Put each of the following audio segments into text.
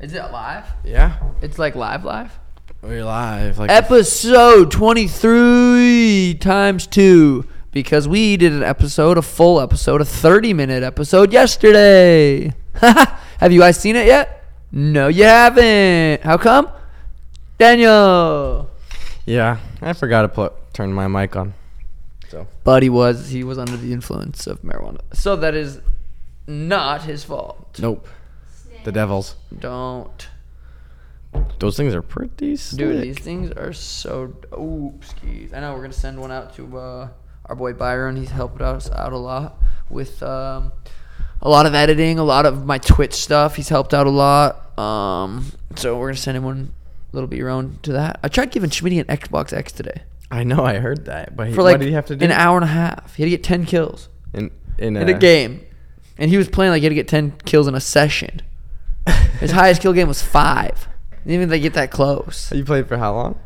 Is it live? Yeah, It's like live, live. we're live. Like Episode twenty three times two because we did an episode, a full episode, a thirty minute episode yesterday. Have you guys seen it yet? No, you haven't. How come? Daniel, yeah, I forgot to put turn my mic on. So buddy was he was under the influence of marijuana, so that is not his fault. nope, the Devils. Don't. Those things are pretty slick. Dude, these things are so oopskies. I know we're gonna send one out to uh, our boy Byron. He's helped us out a lot with um, a lot of editing, a lot of my Twitch stuff. He's helped out a lot. Um, so we're gonna send him one little bit your own to that. I tried giving Schmitty an Xbox X today I know, I heard that, but he, for like what did he have to do? an hour and a half. He had to get ten kills in in, in a game, and he was playing like he had to get ten kills in a session. His highest kill game was five. Didn't even they get that close. You played for how long?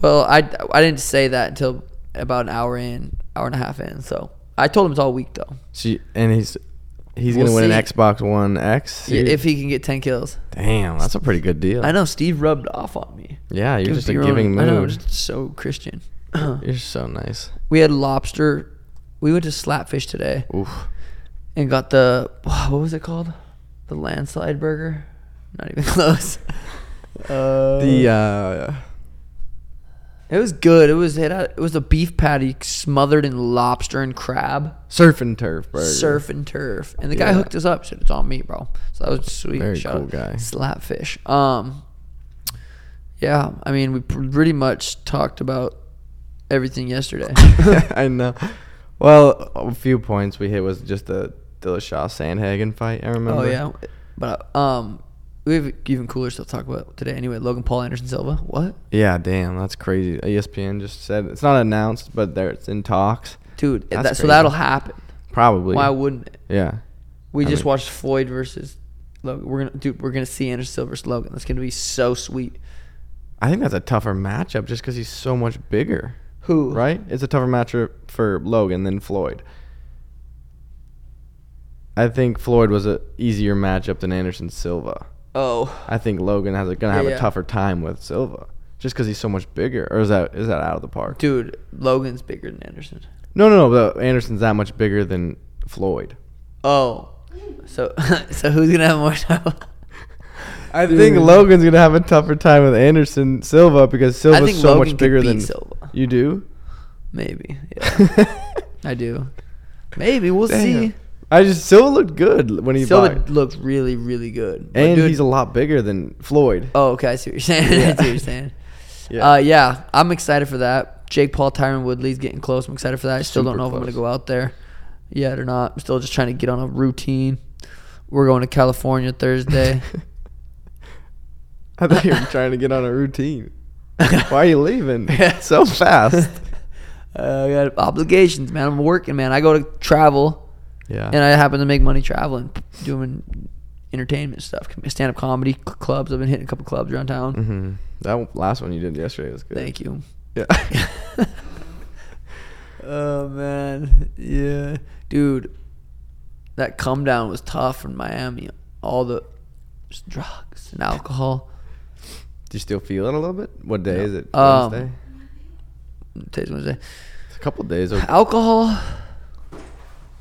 Well, I, I didn't say that until about an hour in, hour and a half in. So I told him it's all week though. She and he's he's We'll gonna win an see. Xbox One X. Yeah, dude. if he can get ten kills, Damn, that's a pretty good deal. I know Steve rubbed off on me. Yeah, you're Give just a your giving own- mood. I know, just so Christian. You're so nice. we had lobster. We went to Slapfish today Oof. and got the what was it called? The landslide burger. Not even close. Uh, The uh, it was good. It was it, had, it was a beef patty smothered in lobster and crab. surf and turf burger. surf and turf. And the guy Yeah. hooked us up. Said it's on me, bro. So that was sweet. Very Shout cool out. guy. Slapfish. Um, yeah. I mean, we pr- pretty much talked about everything yesterday. Oh, I know. Well, a few points we hit was just the Dillashaw Sandhagen fight. I remember. oh yeah. But um, we have even cooler stuff to talk about today. Anyway, Logan Paul, Anderson Silva. What, Yeah, damn, that's crazy. E ESPN just said it's not announced, but there it's in talks. dude? That's That, so crazy. that'll happen. Probably. Why wouldn't it? yeah. We I just mean- watched Floyd versus Logan. We're gonna, dude. We're gonna see Anderson Silva versus Logan. That's gonna be so sweet. I think that's a tougher matchup just because he's so much bigger, Who? right? It's a tougher matchup for Logan than Floyd. I think Floyd was a easier matchup than Anderson Silva. Oh. I think Logan has a, gonna have Yeah. a tougher time with Silva just because he's so much bigger. Or is that is that out of the park? Dude, Logan's bigger than Anderson. No, no, no. But Anderson's that much bigger than Floyd. Oh, so so who's gonna have more trouble? I think Dude. Logan's gonna have a tougher time with Anderson Silva because I Silva's think so Logan much could bigger beat than Silva. you do. Maybe, yeah, I do. Maybe we'll see. Damn. I just Silva looked good when he Silva fought, looks really, really good. But and dude- he's a lot bigger than Floyd. oh, okay. I see what you're saying. I see what you're saying. Yeah. Uh, yeah, I'm excited for that. Jake Paul, Tyron Woodley's getting close. I'm excited for that. I still don't Super know if I'm gonna close. go out there yet or not. I'm still just trying to get on a routine. We're going to California Thursday. I thought you were trying to get on a routine. Why are you leaving so fast? uh, I got obligations, man. I'm working, man. I go to travel. Yeah, and I happen to make money traveling, doing entertainment stuff, stand up comedy cl- clubs. I've been hitting a couple clubs around town. hmm that last one you did yesterday was good. Thank you. Yeah, Oh man, yeah, dude, that come down was tough in Miami. All the just drugs and alcohol. do you still feel it a little bit? What day is it? Um, Wednesday. Today's Wednesday. It's a couple days. Of, Alcohol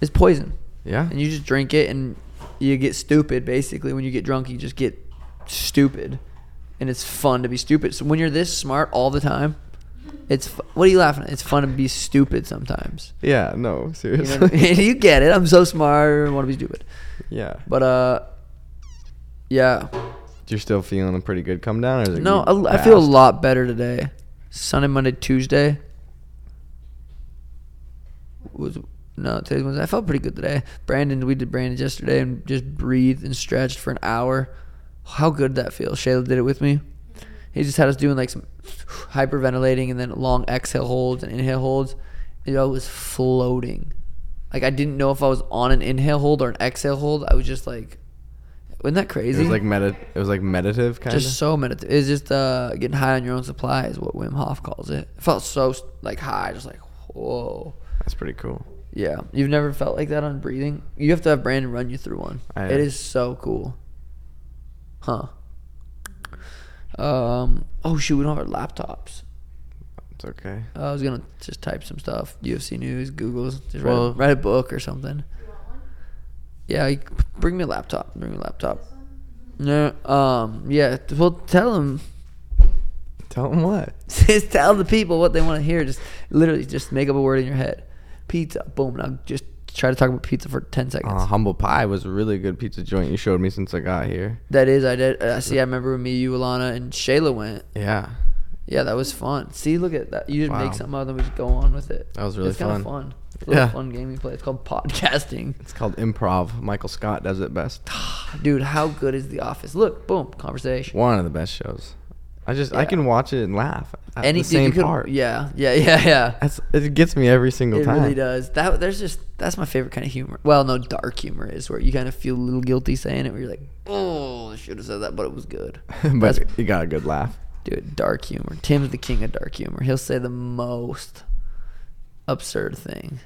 is poison, yeah, and you just drink it, and you get stupid. Basically, when you get drunk, you just get stupid, and it's fun to be stupid. So when you're this smart all the time. It's fu- what are you laughing at? It's fun to be stupid sometimes. yeah. No, You, know what I seriously. mean? You get it. I'm so smart. I want to be stupid. yeah. But uh, yeah. You're still feeling a pretty good come down, or is it No, you I, I feel a passed? lot better today. Sunday, Monday, Tuesday was no today's Wednesday. I felt pretty good today. Brandon, we did Brandon yesterday and just breathed and stretched for an hour. How good that feels. Shayla did it with me. He just had us doing like some hyperventilating and then long exhale holds and inhale holds. And I was floating. Like I didn't know if I was on an inhale hold or an exhale hold. I was just like, wasn't that It crazy? was like medit. It was like meditative kind just of. so meditative. It's just uh, getting high on your own supply is what Wim Hof calls it. It felt so like high, just like whoa. That's pretty cool. Yeah, you've never felt like that on breathing. You have to have Brandon run you through one. I- it is so cool. Huh? Um, oh shoot, we don't have our laptops. It's okay. Uh, I was gonna just type some stuff, UFC news, Google, just Well- write, a, write a book or something. You want one? Yeah, like, bring me a laptop. Bring me a laptop. This one? No, um, yeah. t- Well, tell them, Tell him what. just tell the people what they want to hear. Just literally, just make up a word in your head. Pizza, boom. Now just try to talk about pizza for ten seconds. Uh, Humble Pie was a really good pizza joint you showed me since I got here. That is, I did. I see. I remember when me, you, Alana, and Shayla went. Yeah. Yeah, that was fun. See, look at that. You just Wow. make something out of it, we just go on with it. That was really it's kinda fun. fun. It's a little Yeah. fun game we play. It's called podcasting. It's called improv. Michael Scott does it best. Dude, how good is The Office? Look, boom, conversation. One of the best shows. I just I Yeah. can watch it and laugh at Any the same you could, part. Yeah, yeah, yeah, yeah. That's, it gets me every single It time. really does. That there's just that's my favorite kind of humor. Well, no, dark humor is where you kind of feel a little guilty saying it. Where you're like, oh, I should have said that, but it was good. but That's- you got a good laugh. Dude, dark humor. Tim's the king of dark humor. He'll say the most absurd thing.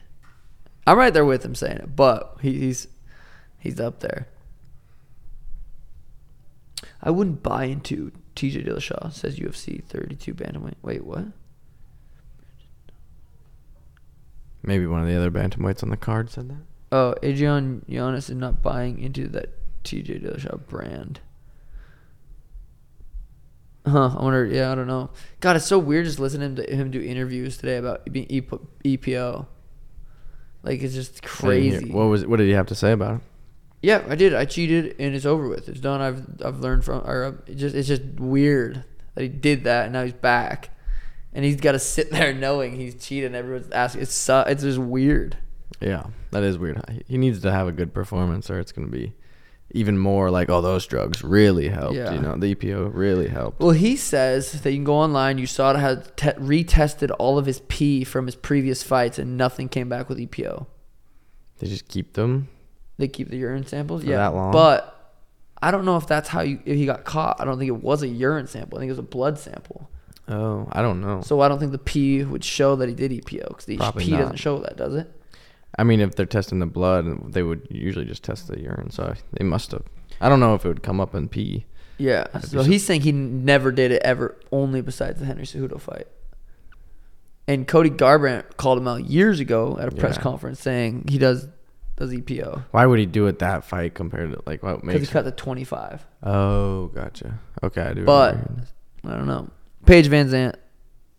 I'm right there with him saying it, but he, he's he's up there. I wouldn't buy into TJ Dillashaw says UFC 32 bantamweight. Wait, what? Maybe one of the other bantamweights on the card said that. Oh, Adrian Giannis is not buying into that TJ Dillashaw brand. Huh? I wonder. Yeah, I don't know. God, it's so weird just listening to him do interviews today about E being EP- EPO. Like it's just I didn't hear- crazy. What was? What did he have to say about it? Yeah, I did. I cheated, and it's over with. It's done. I've I've learned from, or uh, it just it's just weird that he did that, and now he's back, and he's got to sit there knowing he's cheated. And everyone's asking. It's su- it's just weird. Yeah, that is weird. He- He needs to have a good performance, or it's going to be even more like, oh, those drugs really helped. Yeah. You know, the EPO really helped. Well, he says that you can go online. You saw it had te- retested all of his pee from his previous fights, and nothing came back with EPO. They just keep them. They keep the urine samples. For yeah, that long? but I don't know if that's how you, if he got caught. I don't think it was a urine sample. I think it was a blood sample. Oh, I don't know. So I don't think the pee would show that he did E EPO because the Probably pee not. doesn't show that, does it? I mean, if they're testing the blood, they would usually just test the urine. So they must have. I don't know if it would come up in pee. Yeah. I'd be So sur- he's saying he never did it ever, only besides the Henry Cejudo fight. And Cody Garbrandt called him out years ago at a press Yeah. conference saying he does does E EPO. Why would he do it that fight compared to like what Because he makes? cut the 25. oh, gotcha. Okay, I do. But remember hearing I don't know. Paige Van Zant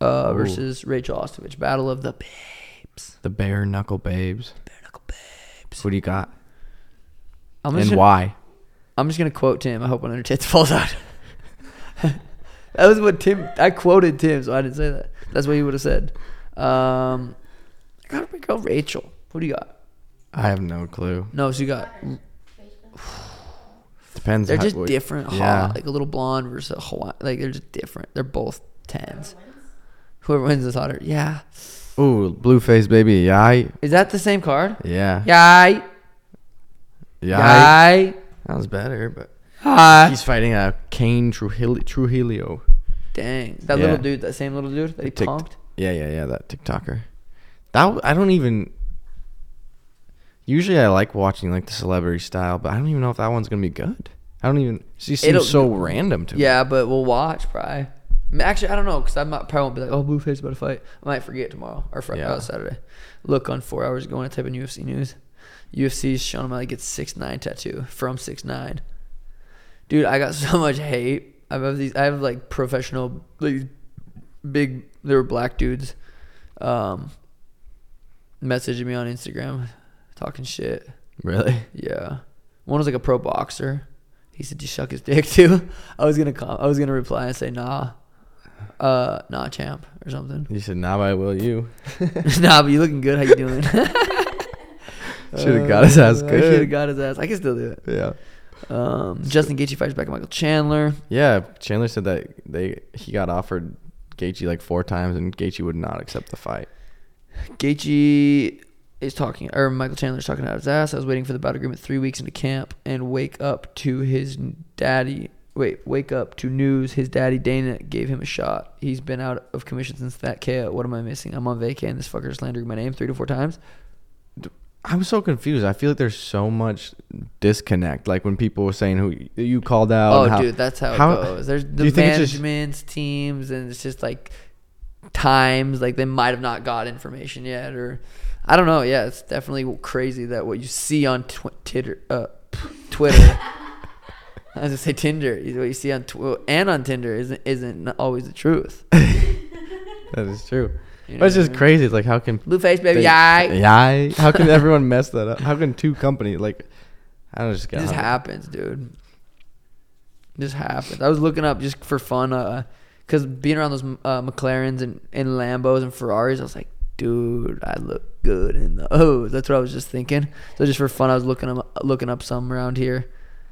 uh, Ooh. versus Rachel Ostovich. Battle of the Babes. the bare knuckle babes. Bare knuckle babes. What do you got? I'm and just, gonna, why? I'm just gonna quote Tim. I hope one of her tits falls out. that was what Tim. I quoted Tim, so I didn't say that. That's what he would have said. Um, I got my girl Rachel. What do you got? I have no clue. No, so you got. Facebook? Depends. They're how- just what- different. Yeah. Hot, like a little blonde versus a Hawaiian. Like they're just different. They're both tens. Whoever wins this hotter, yeah. Ooh, blueface baby. Yeah. I- Is that the same card? Yeah. Yay. Yeah. I- Yay. That was better, but Hi. he's fighting uh, Kane Trujillo. Trujillo. Dang. That Yeah. little dude, that same little dude that he Tick- pumped. Yeah, yeah, yeah. That TikToker. That w- I don't even. Usually, I like watching like the celebrity style, but I don't even know if that one's gonna be good. I don't even. She It'll- seems so random to me. Yeah, but we'll watch probably. M- Actually, I don't know because I might, probably won't be like, oh, Blueface about to fight. I might forget tomorrow or Friday, Yeah. uh, Saturday. Look on four hours ago when I type in UFC news. UFC's Sean O'Malley gets six nine tattoo from six nine. Dude, I got so much hate. I have these. I have like professional, like big. They were black dudes, um, messaging me on Instagram, talking shit. Really? Yeah. One was like a pro boxer. He said, "You suck his dick too." I was gonna com- I was gonna reply and say, "Nah, uh, nah, champ," or something. You said, "Nah, I will you." nah, but you looking good. How you doing? Should have got his ass Should have good. Uh, got his ass. I can still do Yeah. it. Um, Justin Gaethje fights back Michael Chandler. Yeah. Chandler said that they he got offered Gaethje like four times, and Gaethje would not accept the fight. Gaethje is talking, or Michael Chandler's talking out his ass. I was waiting for the bout agreement three weeks into camp and wake up to his daddy. Wait, wake up to news. His daddy Dana gave him a shot. He's been out of commission since that KO. What am I missing? I'm on vacay and this fucker slandering my name three to four times. I'm so confused. I feel like there's so much disconnect. Like when people were saying who y- you called out. Oh, and how- dude, that's how, how- it goes. There's do the you think it's just- management's teams, and it's just like times like they might have not got information yet, or I don't know. Yeah, it's definitely crazy that what you see on tw- titter, uh, Twitter. I was gonna say Tinder. What you see on tw- and on Tinder isn't isn't always the truth. That is true. You know That's what I just mean? crazy. It's like how can Blue face, they- baby. Yeah, yeah. How can everyone mess that up? How can two company like? I don't just It get. just happens, dude. It just happens. I was looking up just for fun, uh, cause being around those uh, McLarens and, and Lambos and Ferraris, I was like, dude, I look good in those. That's what I was just thinking. So just for fun, I was looking up, looking up some around here.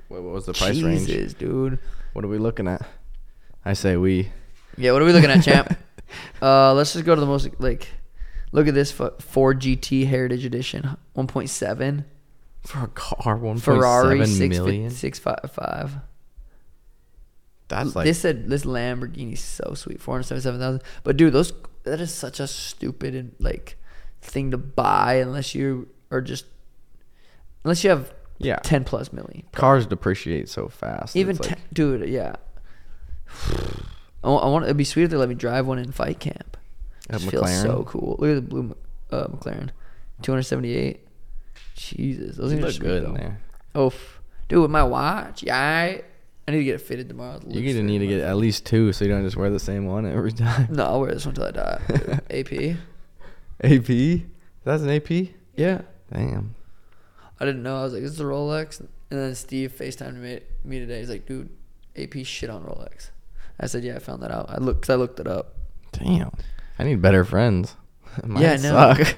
Wait, what was the price Jesus, range? dude. What are we looking at? I say we. Yeah, what are we looking at, champ? Uh, let's just go to the most like. Look at this fu- Ford GT Heritage Edition, 1.7 For a car, one Ferrari Ferrari 655. That's like this said this Lamborghini's so sweet, four hundred seventy-seven thousand. But dude, those that is such a stupid and like thing to buy unless you are just unless you have yeah. ten plus million. Cars depreciate so fast. Even It's like, 10, dude, yeah. I, wa- I want it'd be sweet if they let me drive one in fight camp. A Just feels so McLaren? cool. Look at the blue M- uh, McLaren, two hundred seventy-eight. Jesus, those you things are look sweet good though. in there. Oof, dude, with my watch, yeah. I need to get it fitted tomorrow. You're Looks gonna good. need to get at least two, so you don't just wear the same one every time. No, I'll wear this one till I die. dude. AP. AP. That's an AP. Yeah. Damn. I didn't know. I was like, this is a Rolex. And then Steve FaceTimed me, me today. He's like, dude, AP shit on Rolex. I said, yeah, I found that out. I looked, cause I looked it up. Damn. I need better friends. Mine Yeah, I know. suck.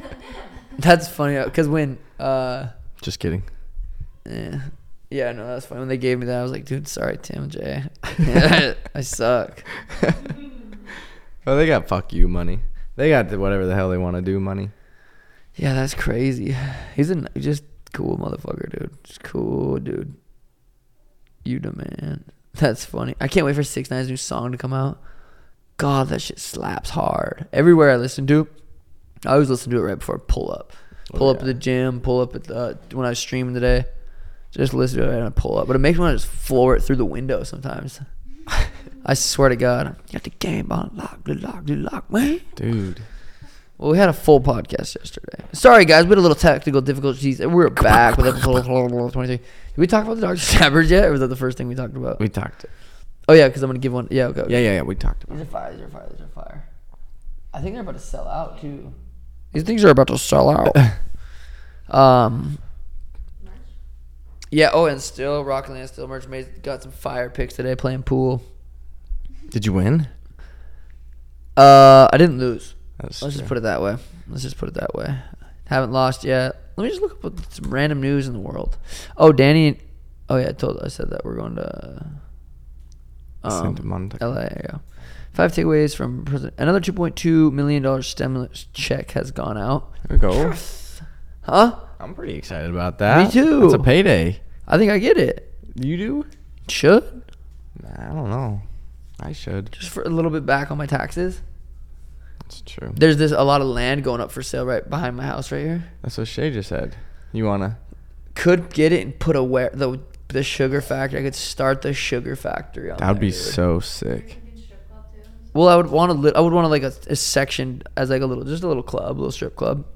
That's funny. Because when, uh, Just kidding. eh, yeah, no, that's funny. When they gave me that, I was like, dude, sorry, Tim J. I suck. Well, they got fuck you money. They got the whatever the hell they want to do money. Yeah, that's crazy. He's a n- just cool motherfucker, dude. Just cool, dude. You the man. That's funny. I can't wait for Six Nine's new song to come out. God, that shit slaps hard. Everywhere I listen to, I always listen to it right before I pull up. Oh, Pull up at yeah. the gym. Pull up at the when I was streaming today. Just listen to it and I pull up. But it makes me want to just floor it through the window sometimes. I swear to God, you got the game on lock, do lock, do lock, man. Dude. Well, we had a full podcast yesterday. Sorry, guys, we had a little technical difficulties. and We're back with episode 23. Did we talk about the Dr. Stabbers yet, or was that the first thing we talked about? We talked. oh, yeah, because I'm going to give one. Yeah, okay. Yeah, yeah, yeah. We talked about These it. are fire, these are fire, these are fire. I think they're about to sell out, too. These things are about to sell out. um, yeah, oh, and still, Rock and Land still merch. Made, got some fire picks today playing pool. Did you win? Uh, I didn't lose. That's Let's just true. put it that way. Let's just put it that way. Haven't lost yet. Let me just look up some random news in the world. Oh, Danny. Oh yeah, I told. I said that we're going to. Santa Um, Monica. LA. Yeah. Five takeaways from president. Another two point two million dollar stimulus check has gone out. There we go. Huh? I'm pretty excited about that. too. It's a payday. I think I get it. You do? Should Nah, I don't know. I should. just for a little bit back on my taxes. It's true. There's this a lot of land going up for sale right behind my house right here. That's what Shay just said. You wanna? could get it and put a where the the sugar factory. I could start the sugar factory. On That would there, be dude. so sick. Well, I would want to. Li- I would want to like a, a section as like a little, just a little club, a little strip club.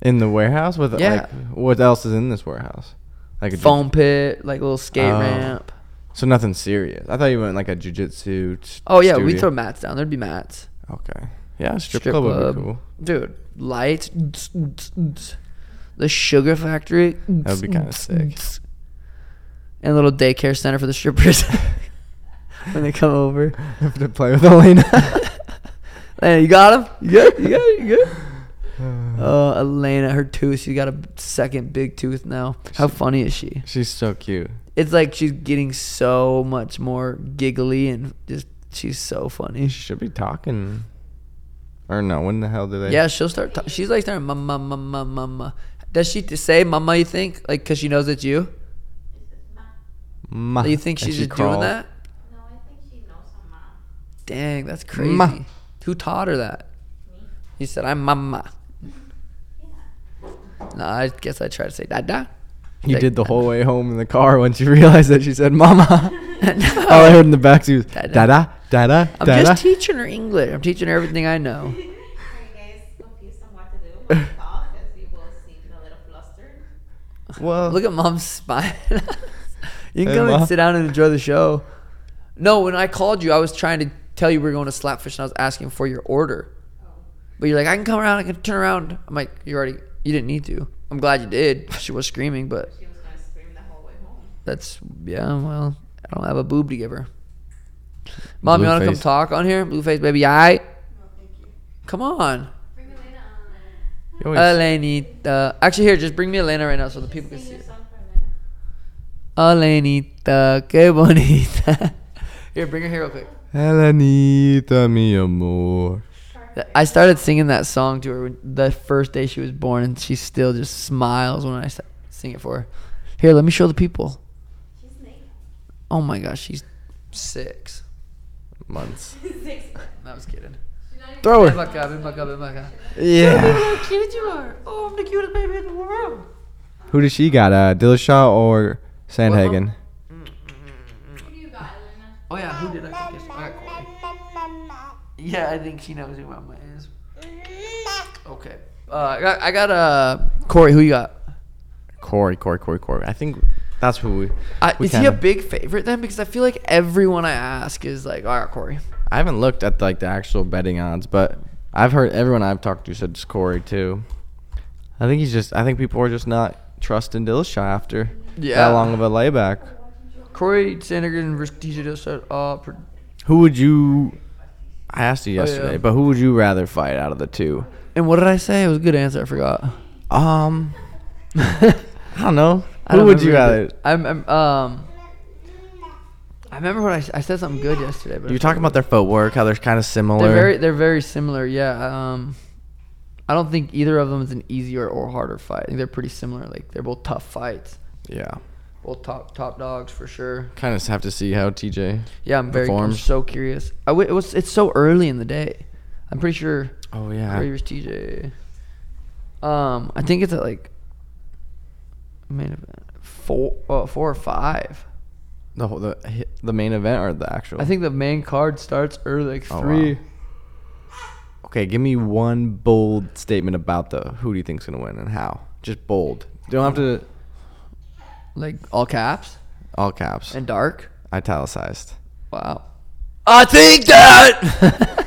In the warehouse with Yeah. like, what else is in this warehouse? Like a ju- Foam pit, like a little skate Oh. ramp. so nothing serious. I thought you meant like a jujitsu. s- Oh yeah, we studio. throw mats down. There'd be mats. Okay. Yeah, strip, club, would be cool. Dude, lights. The sugar factory. That would be kinda sick. And a little daycare center for the strippers when they come over. Have to play with Elena. Hey, you got him? You good? You good? You good? Oh, Elena, her tooth. She got a second big tooth now. How funny is she? She's so cute. It's like she's getting so much more giggly and just she's so funny. She should be talking. Or no? When the hell do they? Yeah, she'll start. Ta- she's like starting mama, mama, mama. Does she t- say mama? You think like because she knows it's you? Ma. Do you think And she's she just doing crawls. that? No, I think she knows her mom. Dang, that's crazy. Ma. Who taught her that? Me? He said, "I'm mama." Yeah. Nah, I guess I tried to say dada. You Like, did the whole way home in the car once you realized that she said mama. Oh, No. All I heard in the back was Dada. dada, dada, dada. I'm just teaching her English. I'm teaching her everything I know. Are you guys confused on what to do when you call? Because we both seemed a little flustered. well, Look at mom's spine. you can Hey, come Ma. and sit down and enjoy the show. No, when I called you, I was trying to tell you we were going to Slapfish and I was asking for your order. Oh. But you're like, I can come around, I can turn around. I'm like, you already, you didn't need to. I'm glad you did. She was screaming, but She was going to scream the whole way home. that's, yeah, well, I don't have a boob to give her. Mom, you want to come Blueface. talk on here? Blueface, baby, I. No, thank you. Come on. Bring Elena on. you always- Elenita. Actually, here, just bring me Elena right now so the people can Sing see your her. song for Elena. Elenita, que bonita. Here, bring her here real quick. Elenita, mi amor. I started singing that song to her when- the first day she was born, and she still just smiles when I s- sing it for her. Here, let me show the people. She's naked. Oh my gosh, she's six. Months. Six. I was kidding. She's not even Throw Ven her. pa' acá, ven pa' acá, ven pa' acá. Oh. Yeah. How cute you are. Oh, I'm the cutest baby in the world. Who does she got? Uh, Dillashaw or Sandhagen? Who do you got, Elena? Oh, yeah, who did I guess? All right, Corey. Yeah, I think she knows who Mama is. Okay. Uh, I got, I got uh, Corey, who you got? Corey, Corey, Corey, Corey. I think that's who we. I, Uh, we is he a kinda- big favorite then? Because I feel like everyone I ask is like, all right, Corey. I haven't looked at like the actual betting odds, but I've heard everyone I've talked to said it's Corey too. I think he's just. I think people are just not trusting Dillashaw after Yeah. that long of a layback. Corey Sandhagen versus DJ Dillashot. Uh, pr- Who would you? I asked you Oh, yeah. yesterday, but who would you rather fight out of the two? and what did I say? It was a good answer. I forgot. Um, I I don't know. Who don't would you remember rather? either. I'm, I'm um. I remember what I, s- I said something good yesterday. But I You're talking forgot. about their footwork, how they're kind of similar. They're very they're very similar. Yeah. Um, I don't think either of them is an easier or harder fight. I think they're pretty similar. Like they're both tough fights. yeah. Both top top dogs for sure. Kind of have to see how TJ. Yeah, I'm very I'm Performs. so curious. I w- it was it's so early in the day. I'm pretty sure Oh Corey yeah. versus TJ. Um, I think it's at like main event four, uh, four or five. The whole, the the main event or the actual. I think the main card starts early, like Oh, three. wow. Okay, give me one bold statement about the who do you think's gonna win and how. Just bold. Don't have to like all caps all caps. and dark. italicized. Wow. I think that.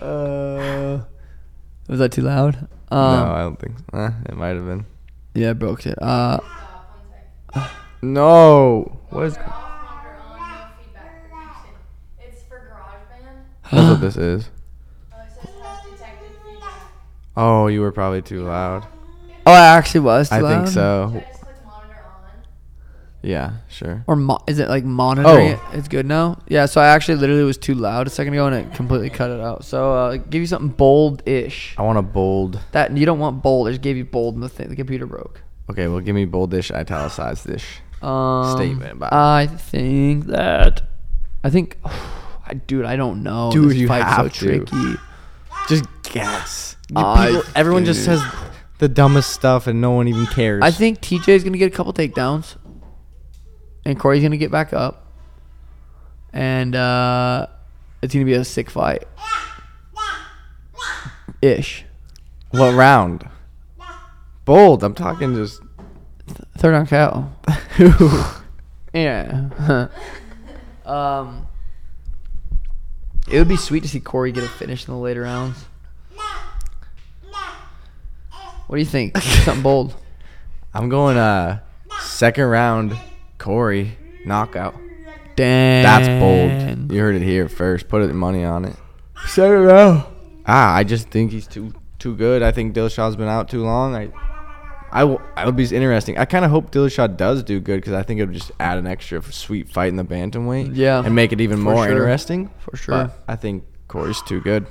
uh, was that too loud? Um, no, I don't think. So. Eh, it might have been. yeah, I broke it. Uh, Stop, one sec. No. What is Motor off, motor on, no feedback protection. It's for GarageBand. that's what this is? Oh, it says has detected feedback. Oh, you were probably too loud. oh, I actually was. Too I think loud? so. Should I just click monitor on? Yeah, sure. Or mo- is it like monitoring? Oh. It? It's good now. Yeah. So I actually literally was too loud a second ago and it completely cut it out. So uh, give you something bold-ish. I want a bold. That you don't want bold. I just gave you bold and the thing, the computer broke. Okay, well, give me boldish, italicized dish. Um, Statement about- I think that. I think. I dude, I don't know. Dude, this you fight's so have to. tricky. Just guess. You I- people- everyone just dude. says the dumbest stuff and no one even cares. I think TJ's gonna get a couple takedowns, and Corey's gonna get back up, and uh, it's gonna be a sick fight. Ish. What round? Bold. I'm talking just. Third on cow. Yeah. um. It would be sweet to see Corey get a finish in the later rounds. What do you think? Something bold. I'm going uh second round Corey knockout. Damn. That's bold. You heard it here first. Put it money on it. Second round. Ah, I just think he's too too good. I think Dillashaw's been out too long. I I w- I would be interesting. I kind of hope Dillashaw does do good because I think it would just add an extra sweet fight in the bantamweight. Yeah, and make it even for more sure. interesting. For sure. But I think Corey's too good.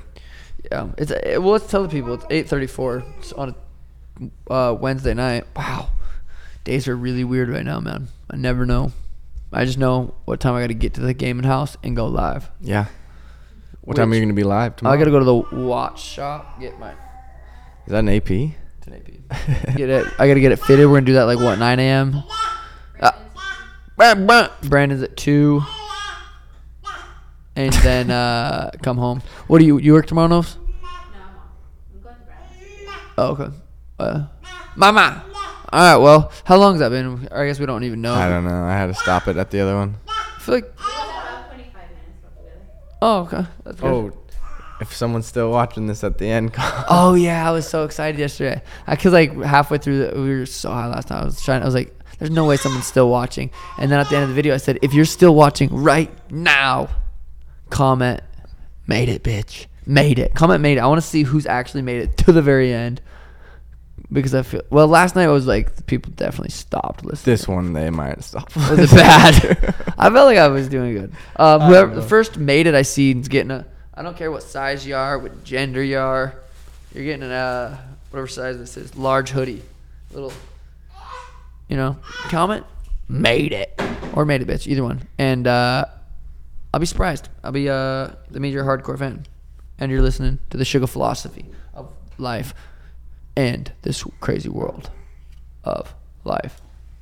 Yeah. It's eh, well. Let's tell the people. It's eight thirty-four on a uh, Wednesday night. Wow. Days are really weird right now, man. I never know. I just know what time I got to get to the gaming house and go live. Yeah. What time are Which- you gonna be live tomorrow? I got to go to the watch shop get my. Is that an AP? It's an AP. Get it. I gotta get it fitted. We're gonna do that like what 9 a.m. Uh, Brandon's at two, and then uh, come home. What do you you work tomorrow, Nofs? No, I'm off. I'm going to breakfast. Oh, okay. Uh, mama. All right. Well, how long's that been? I guess we don't even know. I don't know. I had to stop it at the other one. I feel like. It was about 25 minutes altogether. Oh, okay. That's good. Oh, if someone's still watching this at the end, call- Oh yeah, I was so excited yesterday. I cause like halfway through, the, we were so high last time. I was trying. I was like, "There's no way someone's still watching." And then at the end of the video, I said, "If you're still watching right now, comment, made it, bitch, made it. Comment made it. I want to see who's actually made it to the very end." Because I feel well. Last night I was like, people definitely stopped listening. this one they might stop. was it bad? I felt like I was doing good. Um, whoever the first made it, I see is getting a. I don't care what size you are, what gender you are, you're getting a uh, whatever size this is, large hoodie, little. You know, comment made it or made it, bitch. Either one, and uh, I'll be surprised. I'll be uh, the major hardcore fan, and you're listening to the sugar philosophy of life, and this crazy world of life.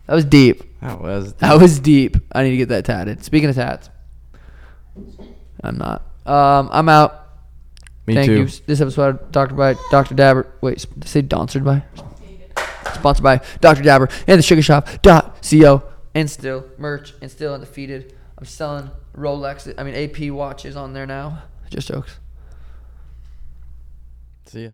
That was deep. that was. That was deep. I need to get that tatted. Speaking of tats, I'm not. Um, I'm out. Me Thank too. you. This episode doctor by Dr. Dabber. Wait, did I say sponsored by? Sponsored by Dr. Dabber and the Sugar Shop dot co and still merch and still undefeated. I'm selling Rolex. I mean AP watches on there now. Just jokes. See ya.